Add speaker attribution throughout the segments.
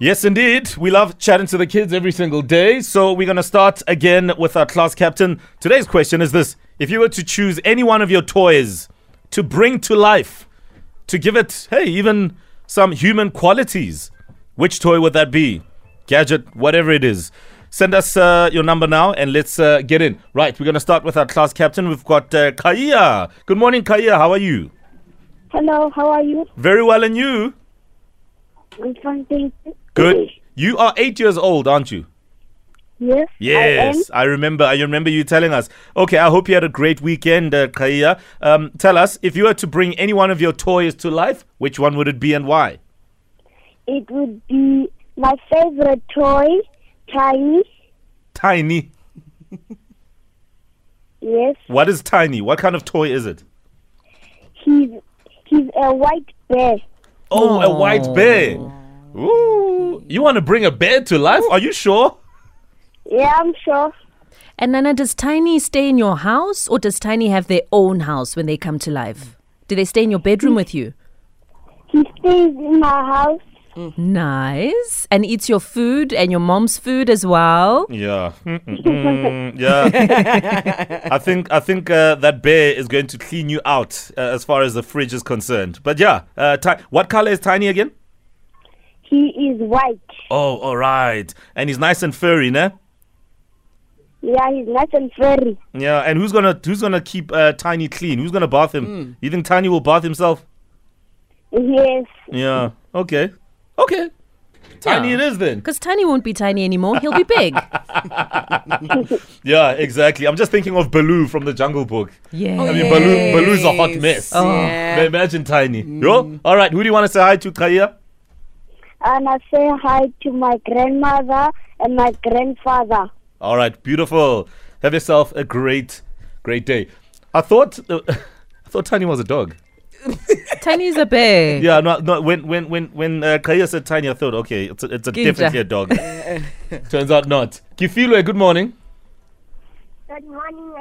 Speaker 1: Yes, indeed. We love chatting to the kids every single day. So we're going to start again with our class captain. Today's question is this If you were to choose any one of your toys to bring to life, to give it, hey, even some human qualities, which toy would that be? Gadget, whatever it is. Send us uh, your number now and let's uh, get in. Right, we're going to start with our class captain. We've got uh, Kaya. Good morning, Kaya. How are you?
Speaker 2: Hello, how are you?
Speaker 1: Very well, and you?
Speaker 2: I'm fine, thank you.
Speaker 1: Good. You are eight years old, aren't you?
Speaker 2: Yes.
Speaker 1: Yes, I, remember. I remember you telling us. Okay, I hope you had a great weekend, uh, Kaya. Um, tell us if you were to bring any one of your toys to life, which one would it be and why?
Speaker 2: I am. It would be my favorite toy, tiny.
Speaker 1: Tiny.
Speaker 2: Yes.
Speaker 1: What is tiny? What kind of toy is it?
Speaker 2: He's he's a white bear.
Speaker 1: Oh, a white bear. Ooh, you want to bring a bear to life? Are you sure?
Speaker 2: Yeah, I'm sure.
Speaker 3: And Nana, does Tiny stay in your house or does Tiny have their own house when they come to life? Do they stay in your bedroom with you?
Speaker 2: He stays in my house.
Speaker 3: Nice. And eats your food and your mom's food as well.
Speaker 1: Yeah. Mm-mm-mm. Yeah. I think I think uh, that bear is going to clean you out uh, as far as the fridge is concerned. But yeah, uh, ti- what color is Tiny again?
Speaker 2: He is white.
Speaker 1: Oh, all right. And he's nice and furry, ne?
Speaker 2: Yeah, he's nice and furry.
Speaker 1: Yeah. And who's gonna who's gonna keep uh, Tiny clean? Who's gonna bath him? You think Tiny will bath himself?
Speaker 2: Yes.
Speaker 1: Yeah. Okay. Okay. Tiny
Speaker 3: Yeah.
Speaker 1: it is then.
Speaker 3: Because Tiny won't be tiny anymore. He'll be big.
Speaker 1: Yeah, exactly. I'm just thinking of Baloo from the Jungle Book.
Speaker 3: Oh, yeah.
Speaker 1: I mean, Baloo, Baloo's a hot mess. But
Speaker 4: Yeah.
Speaker 1: Imagine Tiny. Yo, all right. Who do you want to say hi to, Kaya?
Speaker 2: And I say hi to my grandmother and my grandfather.
Speaker 1: All right, beautiful. Have yourself a great, great day. I thought, uh, I thought Tiny was a dog.
Speaker 3: Tiny's a bear.
Speaker 1: Yeah, no, no. When when when when uh, Kaya said Tiny, I thought, okay, it's a, it's a
Speaker 3: Ginja.
Speaker 1: definitely a dog. Turns out not. Kifilwe, good morning.
Speaker 2: Good morning,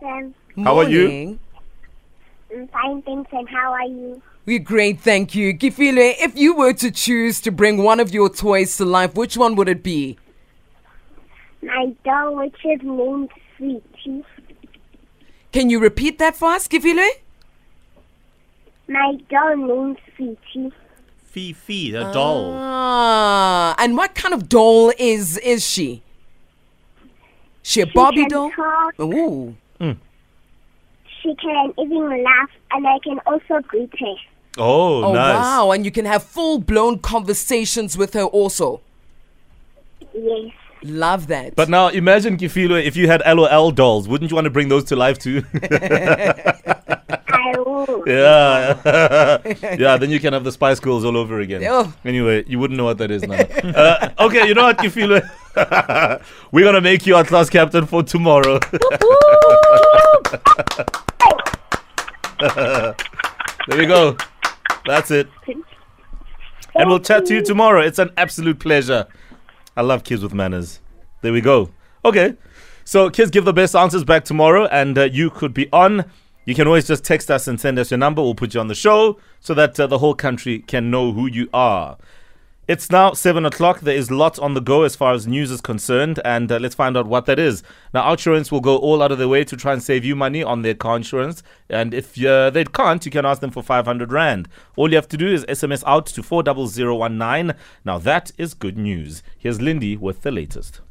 Speaker 2: Sam.
Speaker 1: How are you?
Speaker 4: Morning.
Speaker 2: I'm fine, thanks. And how are you?
Speaker 4: We're great, thank you. Kifile, if you were to choose to bring one of your toys to life, which one would it be?
Speaker 2: My dog, which is named Sweetie.
Speaker 4: Can you repeat that for us, Kifile?
Speaker 2: My dog named Sweetie.
Speaker 5: Fifi, a doll.
Speaker 4: Ah, and what kind of doll is is she? She a Barbie
Speaker 2: can
Speaker 4: doll? Oh.
Speaker 2: talk.
Speaker 4: Ooh.
Speaker 2: She can even laugh, and I can also greet her.
Speaker 1: Oh,
Speaker 4: Oh
Speaker 1: nice.
Speaker 4: wow, and you can have full blown conversations with her also.
Speaker 2: Yes.
Speaker 4: Love that.
Speaker 1: But now imagine Kifilwe if you had LOL dolls. Wouldn't you want to bring those to life too?
Speaker 2: I will.
Speaker 1: Yeah, yeah. Then you can have the Spice Girls all over again.
Speaker 4: Oh.
Speaker 1: Anyway, you wouldn't know what that is now. uh, okay, you know what, Kifilwe? We're gonna make you our class captain for tomorrow. there we go. That's it. And we'll chat to you tomorrow. It's an absolute pleasure. I love kids with manners. There we go. Okay. So, kids, give the best answers back tomorrow, and uh, you could be on. You can always just text us and send us your number. We'll put you on the show so that uh, the whole country can know who you are. It's now 7 o'clock. There is lots on the go as far as news is concerned, and uh, let's find out what that is. Now, Outsurance will go all out of their way to try and save you money on their car insurance, and if uh, they can't, you can ask them for 500 Rand. All you have to do is SMS out to 40019. Now, that is good news. Here's Lindy with the latest.